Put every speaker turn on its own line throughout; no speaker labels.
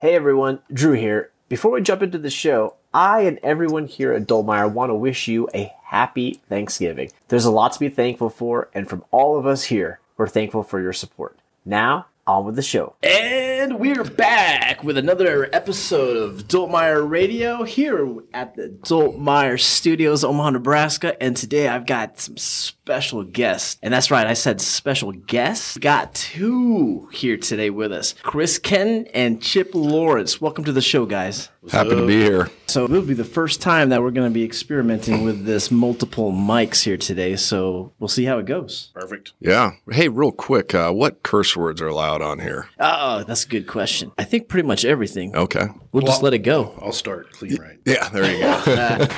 Hey everyone, Drew here. Before we jump into the show, I and everyone here at Dolmeyer want to wish you a happy Thanksgiving. There's a lot to be thankful for, and from all of us here, we're thankful for your support. Now, on with the show.
And we're back with another episode of Doltmeyer Radio here at the Doltmeyer Studios, Omaha, Nebraska. And today I've got some special guests. And that's right, I said special guests. We've got two here today with us Chris Kenton and Chip Lawrence. Welcome to the show, guys.
Happy to be here.
So it'll be the first time that we're going to be experimenting with this multiple mics here today. So we'll see how it goes.
Perfect.
Yeah. Hey, real quick, uh, what curse words are allowed on here?
Oh, that's a good question. I think pretty much everything.
Okay.
We'll just let it go.
I'll start clean right.
Yeah, there you go.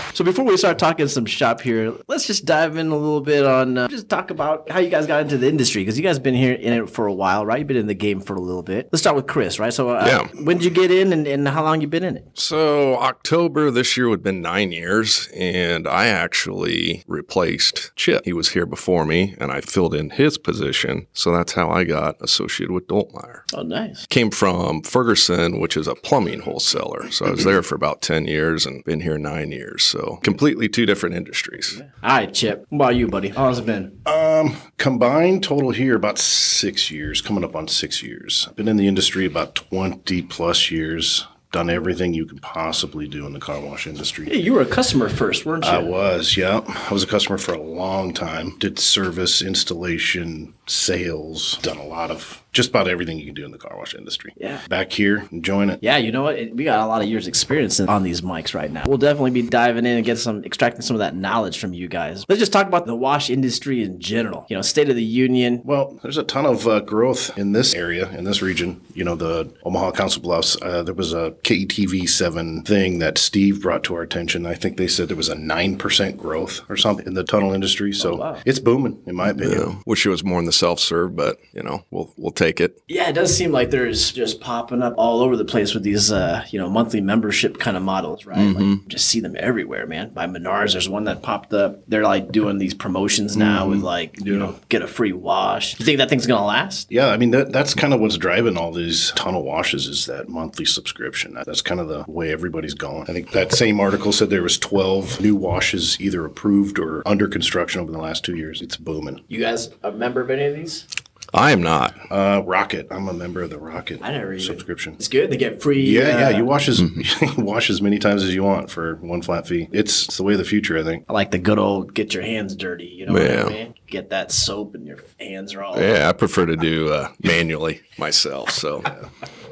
So before we start talking some shop here, let's just dive in a little bit on uh, just talk about how you guys got into the industry because you guys been here in it for a while, right? You've been in the game for a little bit. Let's start with Chris, right? So uh,
Yeah.
when did you get in and, and how long you been in it?
so, October this year would have been nine years, and I actually replaced Chip. He was here before me, and I filled in his position. So, that's how I got associated with Doltmeyer.
Oh, nice.
Came from Ferguson, which is a plumbing wholesaler. So, I was there for about 10 years and been here nine years. So, completely two different industries.
All right, Chip. What about you, buddy? How long's it been?
Um, Combined total here about six years, coming up on six years. I've been in the industry about 20 plus years, done everything you can possibly do in the car wash industry.
Hey, you were a customer first, weren't you?
I was, yeah. I was a customer for a long time. Did service, installation, sales, done a lot of just about everything you can do in the car wash industry.
Yeah.
Back here, enjoying it.
Yeah, you know what? It- We got a lot of years experience in- on these mics right now. We'll definitely be diving in and get some extracting some of that knowledge from you guys. Let's just talk about the wash industry in general. You know, state of the union.
Well, there's a ton of uh, growth in this area, in this region. You know, the Omaha Council Bluffs, uh, there was a KETV 7 thing that Steve brought to our attention. I think they said there was a 9% growth or something in the tunnel industry. So
Oh,
it's booming, in my opinion.
Wish it was more in the self serve, but, you know, we'll, we'll take it.
Yeah, it does seem like there's just popping up all over the place with these, uh, you know, monthly membership kind of models, right?
Mm-hmm.
Like, just see them everywhere, man. By Menards, there's one that popped up. They're like doing these promotions now
Mm-hmm.
with like, you know, get a free wash. You think that thing's gonna last?
Yeah, I mean that, that's kind of what's driving all these tunnel washes is that monthly subscription. That- That's kind of the way everybody's going. I think that same article said there was 12 new washes either approved or under construction over the last 2 years. It's booming.
You guys a member of any of these?
I am not.
Uh, Rocket, I'm a member of the Rocket
I never even-
subscription.
It's good. They get free.
Yeah, yeah, Hmm.
uh,
you wash as you wash as many times as you want for one flat fee. It's, it's the way of the future, I think.
I like the good old get your hands dirty. You know
Yeah.
what I mean? Get that soap and your hands are all.
Yeah, I prefer to do uh, manually myself. So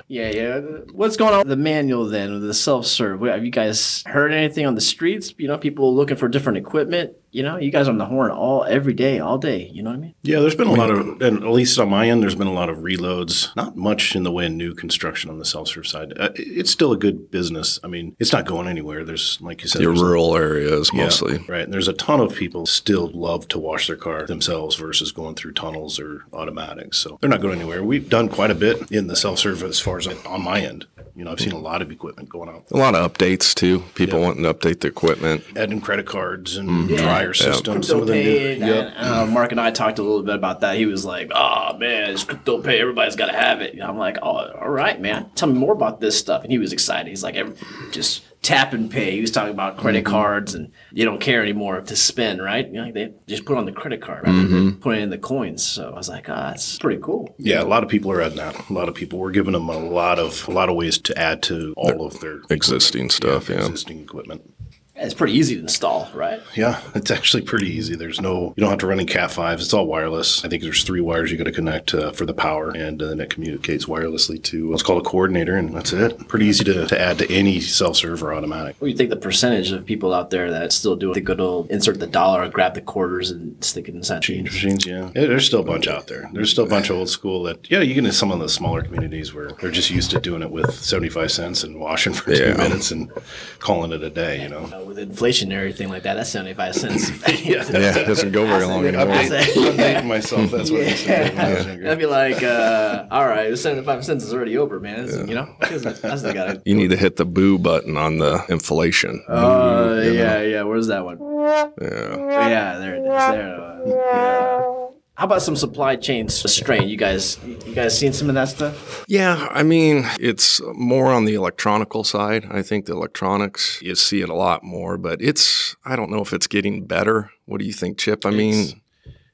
yeah, yeah. What's going on with the manual then, with the self serve? Have you guys heard anything on the streets? You know, people looking for different equipment. You know, you guys on the horn all every day, all day. You know what I mean?
Yeah, there's been a lot of, and at least on my end, there's been a lot of reloads. Not much in the way of new construction on the self serve side. Uh, it- it's still a good business. I mean, it's not going anywhere. There's like you said,
your
there's-
rural areas
yeah,
mostly.
right. And there's a ton of people still love to wash their car themselves versus going through tunnels or automatics. So they're not going anywhere. We've done quite a bit in the self serve as far as on my end. You know, I've seen a lot of equipment going out.
A lot of updates too. People wanting to update the equipment.
adding credit cards and dryer systems.
Crypto
Some of them
pay.
do.
and, uh, Mark and I talked a little bit about that. He was like, "Oh man, it's crypto pay. Everybody's got to have it." And I'm like, "Oh, all right, man. Tell me more about this stuff." And he was excited. He's like, "Every- "Just tap and pay." He was talking about credit
Mm-hmm.
cards and you don't care anymore to spend, right? You know, they just put on the credit card, right?
Mm-hmm.
put in the coins. So I was like, "Ah, that's pretty cool."
Yeah, a lot of people are adding that. A lot of people. We're giving them a lot of a lot of ways to add to all of their
Existing stuff, yeah.
existing equipment.
Yeah, It's pretty easy to install, right?
Yeah, it's actually pretty easy. There's no you don't have to run in Cat fives. It's all wireless. I think there's three wires you got to connect uh, for the power, and uh, then it communicates wirelessly to what's called a coordinator, and that's it. Pretty easy to, to add to any self serve or automatic.
What do you think the percentage of people out there that still do the good old insert the dollar, grab the quarters, and stick it inside?
Change machines, yeah. Yeah, There's still a bunch out there. There's still a bunch of old school that, yeah, you get into some of the smaller communities where they're just used to doing it with 75 cents and washing for two
Yeah.
minutes and calling it a day, you know?
Uh, with inflation and everything like that, that's 75 cents.
Yeah, it doesn't go very long anymore.
I
Update,
say-
update myself. That's what I used to think when I was younger.
I'd be like, uh, all right, the 75 cents is already over, man. It's- You know, I still got it.
You need to hit the boo button on the inflation.
Mm.
Uh, yeah, yeah. Where's that one?
yeah.
Yeah, there it is. There it was. Yeah. How about some supply chain s- strain? You guys, you guys seen some of that stuff?
Yeah, I mean, it's more on the electronical side. I think the electronics, you see it a lot more, but it's, I don't know if it's getting better. What do you think, Chip? I mean,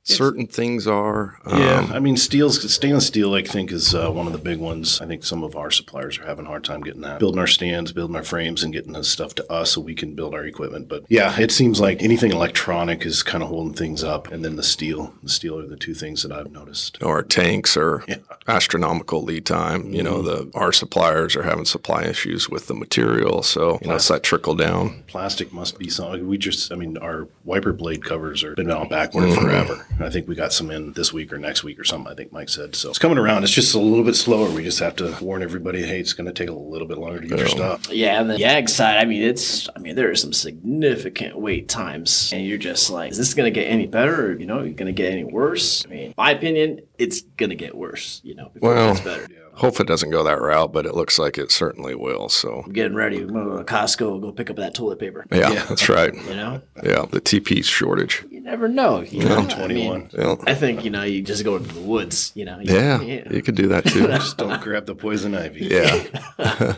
certain things are. Um,
Yeah, I mean, steel's stainless steel. I think is uh, one of the big ones. I think some of our suppliers are having a hard time getting that, building our stands, building our frames, and getting this stuff to us so we can build our equipment. But yeah, it seems like anything electronic is kind of holding things up, and then the steel. The steel are the two things that I've noticed.
Or tanks or astronomical lead time. You know,
Mm-hmm.
the our suppliers are having supply issues with the material. So, you know, it's that trickle down.
Plastic must be something. We just, I mean, our wiper blade covers are been on backward forever. I think we got some in this week or next week or something. I think Mike said so. It's coming around. It's just a little bit slower. We just have to warn everybody. Hey, it's going to take a little bit longer to get your stuff.
Yeah, and the YAG side, I mean, it's, I mean, there are some significant wait times, and you're just like, is this gonna get any better? Or, you know, you gonna get any worse? I mean, my opinion, it's gonna get worse. You know, before
Well,
it gets better.
Hope it doesn't go that route, but it looks like it certainly will. So,
I'm getting ready. I'm gonna go to Costco, go pick up that toilet paper.
yeah. that's right.
You know,
Yeah, the TP shortage.
you never know. You know? I mean,
21.
Yeah.
I think you know you just go into the woods. You know. You-
Yeah, you could do that too.
Just don't grab the poison ivy.
yeah,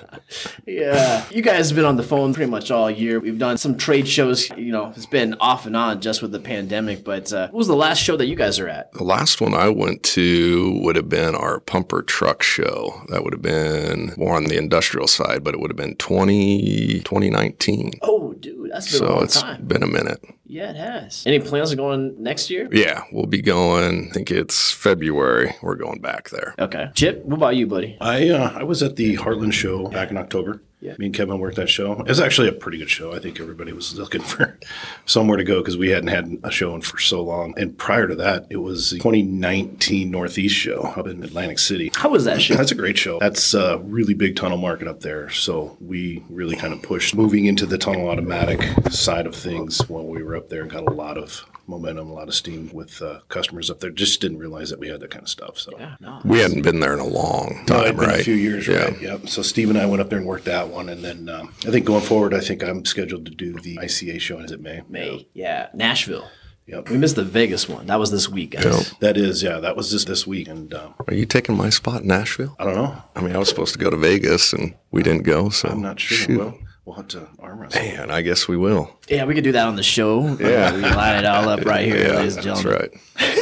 Yeah. You guys have been on the phone pretty much all year. We've done some trade shows. You know, it's been off and on just with the pandemic. But uh, what was the last show that you guys are at?
the last one I went to would have been our pumper truck show. That would have been more on the industrial side, but it would have been 20, 2019.
Oh, dude, that's been a
So
long
it's
time.
been a minute.
Yeah, it has. Any plans of going next year?
Yeah, we'll be going. I think it's February. We're going back there.
Okay. Chip, what about you, buddy?
I uh, I was at the Heartland show back in October.
Yeah.
Me and Kevin worked that show. It was actually a pretty good show. I think everybody was looking for somewhere to go because we hadn't had a show in for so long. And prior to that, it was the 2019 Northeast show up in Atlantic City.
How was that show?
That's a great show. That's a really big tunnel market up there. So we really kind of pushed moving into the tunnel automatic side of things when we were up there and got a lot of momentum, a lot of steam with uh, customers up there. Just didn't realize that we had that kind of stuff. So
Yeah, no.
We hadn't been there in a long
Oh,
time,
it'd been
Uh, right?
a few years,
Yeah.
right? Yep. So Steve and I went up there and worked that one, and then um, I think going forward, I think I'm scheduled to do the ICA show. Is it May?
May. Yeah. Nashville.
Yep.
We missed the Vegas one. That was this week, guys.
That is, yeah. That was just this week, and um,
Are you taking my spot in Nashville?
I don't know.
I mean, I was supposed to go to Vegas and we didn't go. So
I'm not sure.
Shoot.
Well, we'll have to arm wrestle.
Man, I guess we will.
Yeah, we could do that on the show. Yeah. we line it all up right here, ladies and
that's
gentlemen.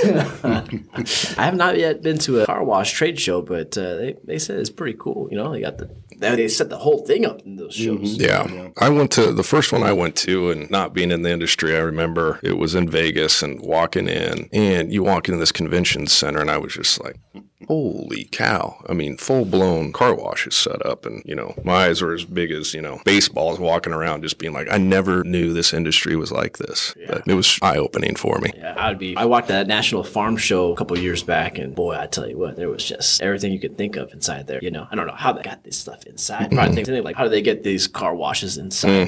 right.
I have not yet been to a car wash trade show, but uh, they they said it's pretty cool. You know, they got the they, they set the whole thing up in those shows.
Yeah. I went to the first one I went to, and not being in the industry, I remember it was in Vegas and walking in, and you walk into this convention center, and I was just like, holy cow. I mean, full blown car wash is set up, and, you know, my eyes were as big as, you know, baseballs walking around, just being like, I never knew this industry was like this. But it was eye opening for me.
Yeah, I would be. I walked that National Farm Show a couple years back, and boy, I tell you what, there was just everything you could think of inside there. You know, I don't know how they got this stuff inside. Probably things like how do they get these car washes inside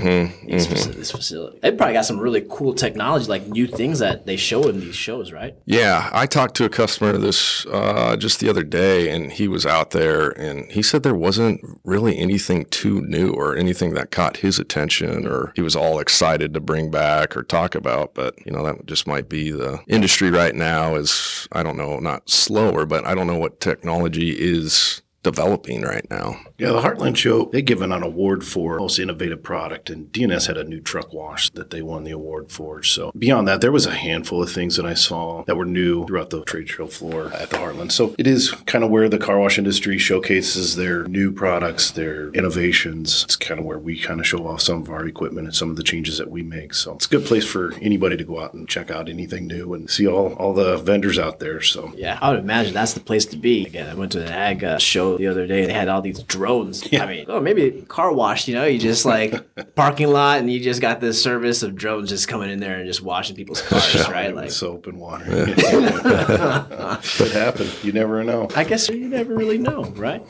these faci- this facility? They probably got some really cool technology, like new things that they show in these shows, right?
Yeah, I talked to a customer this uh, just the other day, and he was out there, and he said there wasn't really anything too new or anything that caught his attention, or he was all excited to bring back or talk about. But you know, that just might be the industry right now is I don't know, not slower, but I don't know what technology is developing right now.
Yeah, the Heartland Show, they give an award for most innovative product, and DNS had a new truck wash that they won the award for. So, beyond that, there was a handful of things that I saw that were new throughout the trade show floor at the Heartland. So, it is kind of where the car wash industry showcases their new products, their innovations. It's kind of where we kind of show off some of our equipment and some of the changes that we make. So, it's a good place for anybody to go out and check out anything new and see all, all the vendors out there. So,
Yeah, I would imagine that's the place to be. Again, I went to the ag uh, show show the other day. They had all these drones. I mean, oh, maybe car wash, you know, you just like parking lot and you just got this service of drones just coming in there and just washing people's cars, right? Like,
soap and water. Could happen. You never know.
I guess you never really know, right?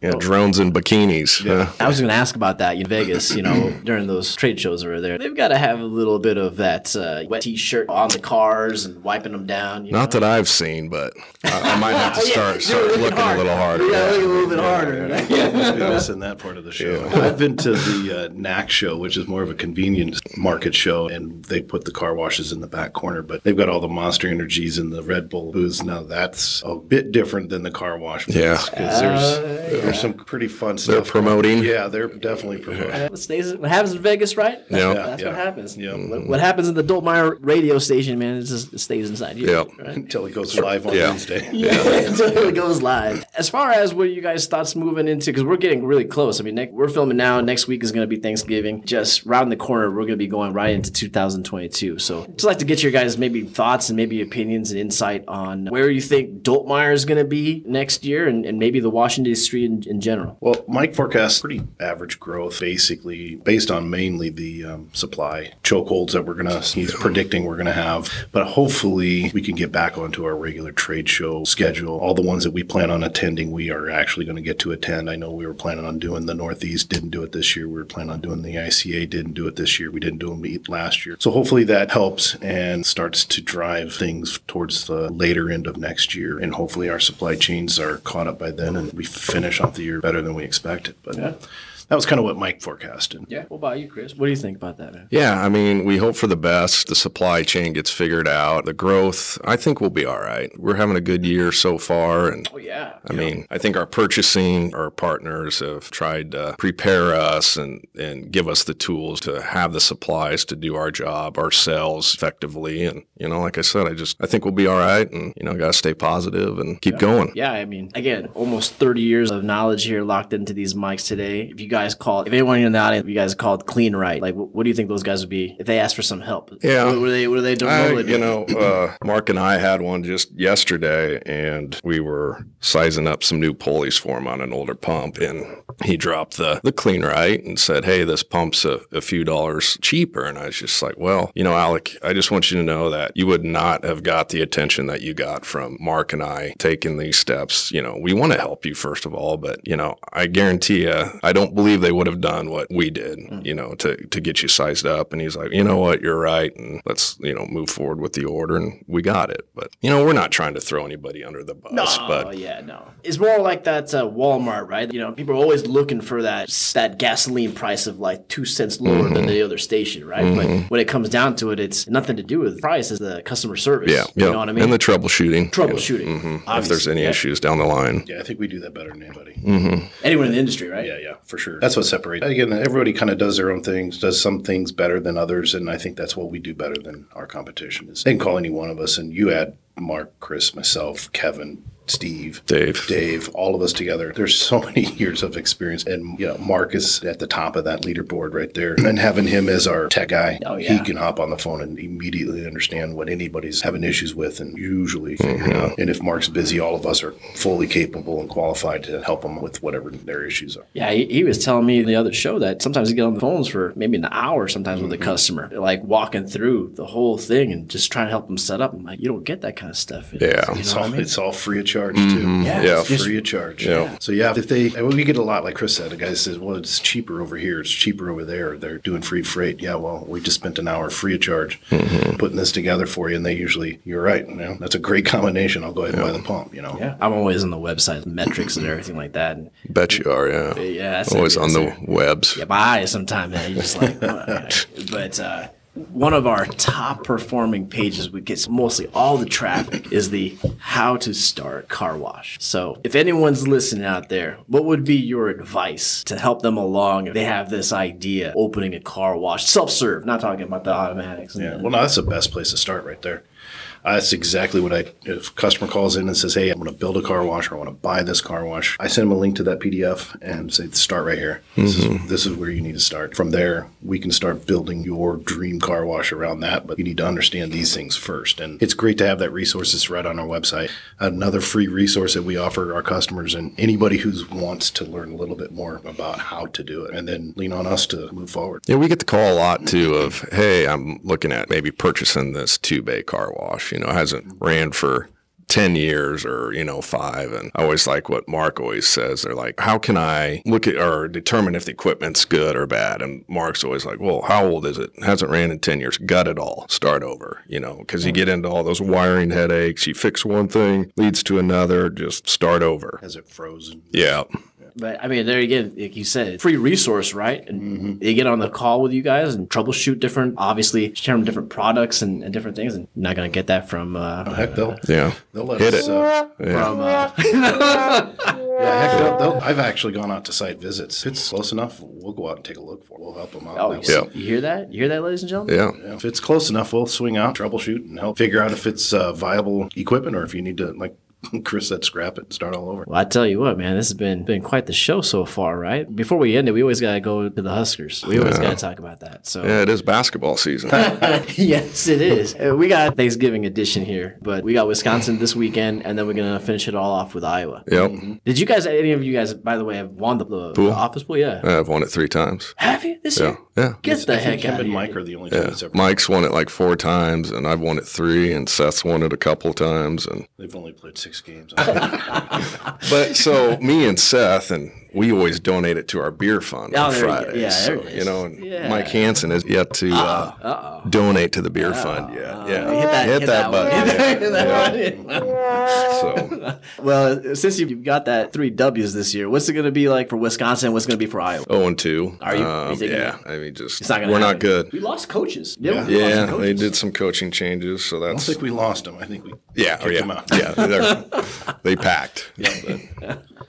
Yeah, drones and bikinis. Yeah.
I was going to ask about that in Vegas, you know, during those trade shows over there. They've got to have a little bit of that uh, wet t shirt on the cars and wiping them down. You
Not
know?
that I've seen, but I, I might have to start start looking, a little harder.
Yeah, look a little bit harder. right?
Must be missing that part of the show. I've been to the uh, NAC show, which is more of a convenience market show, and they put the car washes in the back corner, but they've got all the Monster Energies and the Red Bull booze. Now that's a bit different than the car wash. booths,
Yeah.
'cause there's there's some pretty fun
They're
stuff.
promoting.
Yeah, they're definitely promoting.
What, stays, what happens in Vegas, right? That's,
Yeah.
that's what
Yeah.
happens.
Yeah.
What, what happens in the Dolmeyer radio station, man, it just it stays inside you.
Yeah.
Right?
Until it goes live on
Yeah.
Wednesday.
Until it goes live. As far as what you guys thoughts moving into, because we're getting really close. I mean, next, we're filming now. Next week is going to be Thanksgiving. Just round the corner, we're going to be going right into 2022. So, just like to get your guys maybe thoughts and maybe opinions and insight on where you think Dolmeyer is going to be next year, and, and maybe the Washington Street in, in general.
Well, Mike forecasts pretty average growth, basically based on mainly the um, supply chokeholds that we're gonna. He's predicting we're gonna have, but hopefully we can get back onto our regular trade show schedule. All the ones that we plan on attending, we are actually going to get to attend. I know we were planning on doing the Northeast, didn't do it this year. We were planning on doing the ICA, didn't do it this year. We didn't do them e- last year, so hopefully that helps and starts to drive things towards the later end of next year. And hopefully our supply chains are caught up by then, and we finish off the year better than we expected. But that was kind of what Mike forecasted.
Yeah. What about you, Chris? What do you think about that, man?
Yeah, I mean, we hope for the best. The supply chain gets figured out. The growth, I think we'll be all right. We're having a good year so far. And
Oh, yeah.
I mean, I think our purchasing, our partners have tried to prepare us and, and give us the tools to have the supplies to do our job ourselves effectively. And, you know, like I said, I just, I think we'll be all right. And, you know, got to stay positive and keep going.
Yeah, I mean, again, almost 30 years of knowledge here locked into these mics today. If you guys called, if anyone in the audience, if you guys called Clean Right, like, wh- what do you think those guys would be if they asked for some help?
Yeah.
What were they, what are they
I,
normally
you
doing?
know, uh, Mark and I had one just yesterday, and we were sizing up some new pulleys for him on an older pump, and he dropped the the clean right and said, "Hey, this pump's a, a few dollars cheaper." And I was just like, "Well, you know, Alec, I just want you to know that you would not have got the attention that you got from Mark and I taking these steps. You know, we want to help you first of all, but you know, I guarantee you, I don't believe they would have done what we did.
Mm.
You know, to to get you sized up." And he's like, "You know what? You're right, and let's you know move forward with the order." And we got it, but you know, we're not trying to throw anybody under the bus, but
Oh yeah, no. It's more like that uh, Walmart, right? You know, people are always looking for that that gasoline price of like two cents lower
Mm-hmm.
than the other station, right? But when it comes down to it, it's nothing to do with the price; it's the customer service.
Yeah,
you
yeah.
know what I mean.
And the Mm-hmm. troubleshooting.
troubleshooting.
if there's any issues down the line.
Yeah, I think we do that better than anybody.
Anyone in the industry, right?
Yeah, yeah, for sure. That's what separates. Again, everybody kind of does their own things, does some things better than others, and I think that's what we do better than our competition is. They can call any one of us, and you add Mark, Chris, myself, Kevin, Steve,
Dave.
Dave, all of us together. There's so many years of experience, and you know, Mark is at the top of that leaderboard right there. And having him as our tech guy,
Oh, yeah.
he can hop on the phone and immediately understand what anybody's having issues with, and usually figure it out. And if Mark's busy, all of us are fully capable and qualified to help him with whatever their issues are.
Yeah, he, he was telling me the other show that sometimes he get on the phones for maybe an hour sometimes with a customer, like walking through the whole thing and just trying to help them set up. I'm like, you don't get that kind of stuff.
Yeah.
You know
It's
what I
all,
mean?
it's all free of charge too.
Yeah.
Yeah.
It's free of charge.
Yeah.
So yeah, if they and we get a lot like Chris said, a guy says, "Well, it's cheaper over here. It's cheaper over there. They're doing free freight." Yeah, well, we just spent an hour free of charge putting this together for you, and they usually, you're right. You know, that's a great combination. I'll go ahead and buy the pump. You know,
Yeah. I'm always on the website, metrics and everything like that. And
Bet you are, yeah.
yeah, that's
Always
it,
on
that's
the webs.
yeah, my eyes sometimes, man, you're just like, "Oh, man." but uh, one of our top performing pages, we get mostly all the traffic, is the how to start car wash. So if anyone's listening out there, what would be your advice to help them along if they have this idea opening a car wash, self serve, not talking about the automatics?
Yeah. Well, no, that's the best place to start right there. Uh, that's exactly what I. If a customer calls in and says, "Hey, I'm going to build a car wash, or I want to buy this car wash," I send them a link to that PDF and say, "Start right here. This, is, this is where you need to start. From there, we can start building your dream car wash around that, but you need to understand these things first. And it's great to have that resource. It's right on our website. Another free resource that we offer our customers and anybody who wants to learn a little bit more about how to do it and then lean on us to move forward.
Yeah, we get the call a lot too of, hey, I'm looking at maybe purchasing this two bay car wash. You know, it hasn't ran for 10 years or, you know, five. And I always like what Mark always says. They're like, how can I look at or determine if the equipment's good or bad? And Mark's always like, well, how old is it? Hasn't ran in 10 years. Gut it all. Start over, you know, because you get into all those wiring headaches. You fix one thing, leads to another, just start over.
Has it frozen?
Yeah.
But I mean, there again, like you said, free resource, right? And they get on the call with you guys and troubleshoot different, obviously, share them different products and, and different things. And you're not going to get that from, uh,
Heck, they'll,
Yeah.
they'll let
Hit
us.
it.
Uh,
from, uh,
yeah, heck, they'll, they'll, I've actually gone out to site visits. It's close enough. We'll go out and take a look for it. We'll help them out.
oh,
They'll-
you, you hear that? You hear that, ladies and gentlemen?
Yeah.
Yeah, If it's close enough, we'll swing out, troubleshoot, and help figure out if it's uh, viable equipment or if you need to, like Chris said, scrap it and start all over.
Well, I tell you what, man, this has been been quite the show so far, right? Before we end it, we always gotta go to the Huskers. We always gotta talk about that. So
Yeah, it is basketball season.
yes, it is. Uh, We got Thanksgiving edition here, but we got Wisconsin this weekend, and then we're gonna finish it all off with Iowa.
yep.
Did you guys, any of you guys, by the way, have won the, the office pool? Yeah.
I've won it three times.
have you this year?
Yeah.
Get the
I think
heck
him
out of here.
and Mike are the only two that's ever.
Mike's won it like four times, and I've won it three, and Seth's won it a couple times, and
They've only played six games.
but so me and Seth and we always donate it to our beer fund
Oh,
on
there you go.
Fridays.
Yeah, there
so,
it is.
you know, and
Yeah.
Mike Hansen has yet to uh, donate to the beer fund yet. yeah,
Hit that, hit that
button.
one. Hit that one.
yeah. so,
Well, since you've got that three W's this year, what's it going to be like for Wisconsin? What's it going to be for Iowa?
oh and two.
Are you- you
Um,
thinking-
yeah, I mean, just
It's not gonna
we're
happen.
not good.
We lost coaches. we lost
Yeah,
coaches.
they did some coaching changes, so
I don't
that's
think we lost them. I think we
yeah, oh,
kicked
yeah,
them out.
yeah. they're- They packed.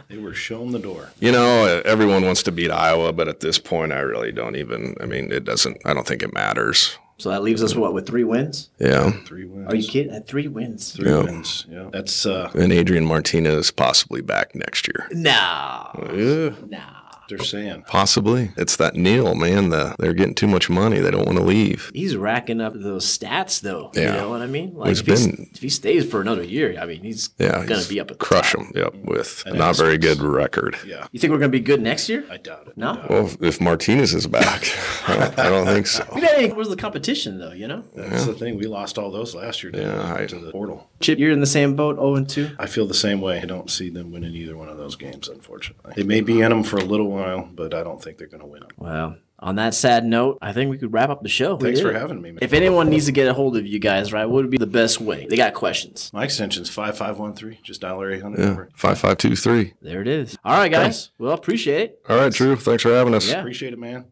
They were shown the door.
You know, uh, everyone wants to beat Iowa, but at this point, I really don't even. I mean, it doesn't. I don't think it matters.
So that leaves us what with three wins?
Yeah.
Three wins.
Are you kidding? At three wins.
Three
Yeah.
wins. Yeah. That's uh,
And Adrian Martinez possibly back next year.
No,
they're saying.
Possibly. It's that Neil, man. The, they're getting too much money. They don't want to leave.
he's racking up those stats though.
Yeah.
You know what I mean? Like
He's
if, he's-
been-
if he stays for another year, I mean he's
Yeah.
gonna
he's-
be up at the
Crush
top.
them. Yep. With a not very good record.
Yeah,
You think we're gonna be good next year?
I doubt it.
no.
Well, if- if Martinez is back, I, don't, I don't think so.
We got any, where's the competition though? You know,
That's the thing. We lost all those last year to,
Yeah, I-
to the portal.
Chip, you're in the same boat, zero and two.
I feel the same way. I don't see them winning either one of those games, unfortunately. They may be in them for a little while, but I don't think they're going to win them.
Well, on that sad note, I think we could wrap up the show. We
Thanks for
did it.
having me, man.
If anyone needs to get a hold of you guys, right, what would be the best way? They got questions.
My extension's 5513, just dollar 800 number.
5523.
There it is. All right, guys. Well, appreciate it.
All right, Drew. Thanks for having us.
Yeah.
Appreciate it, man.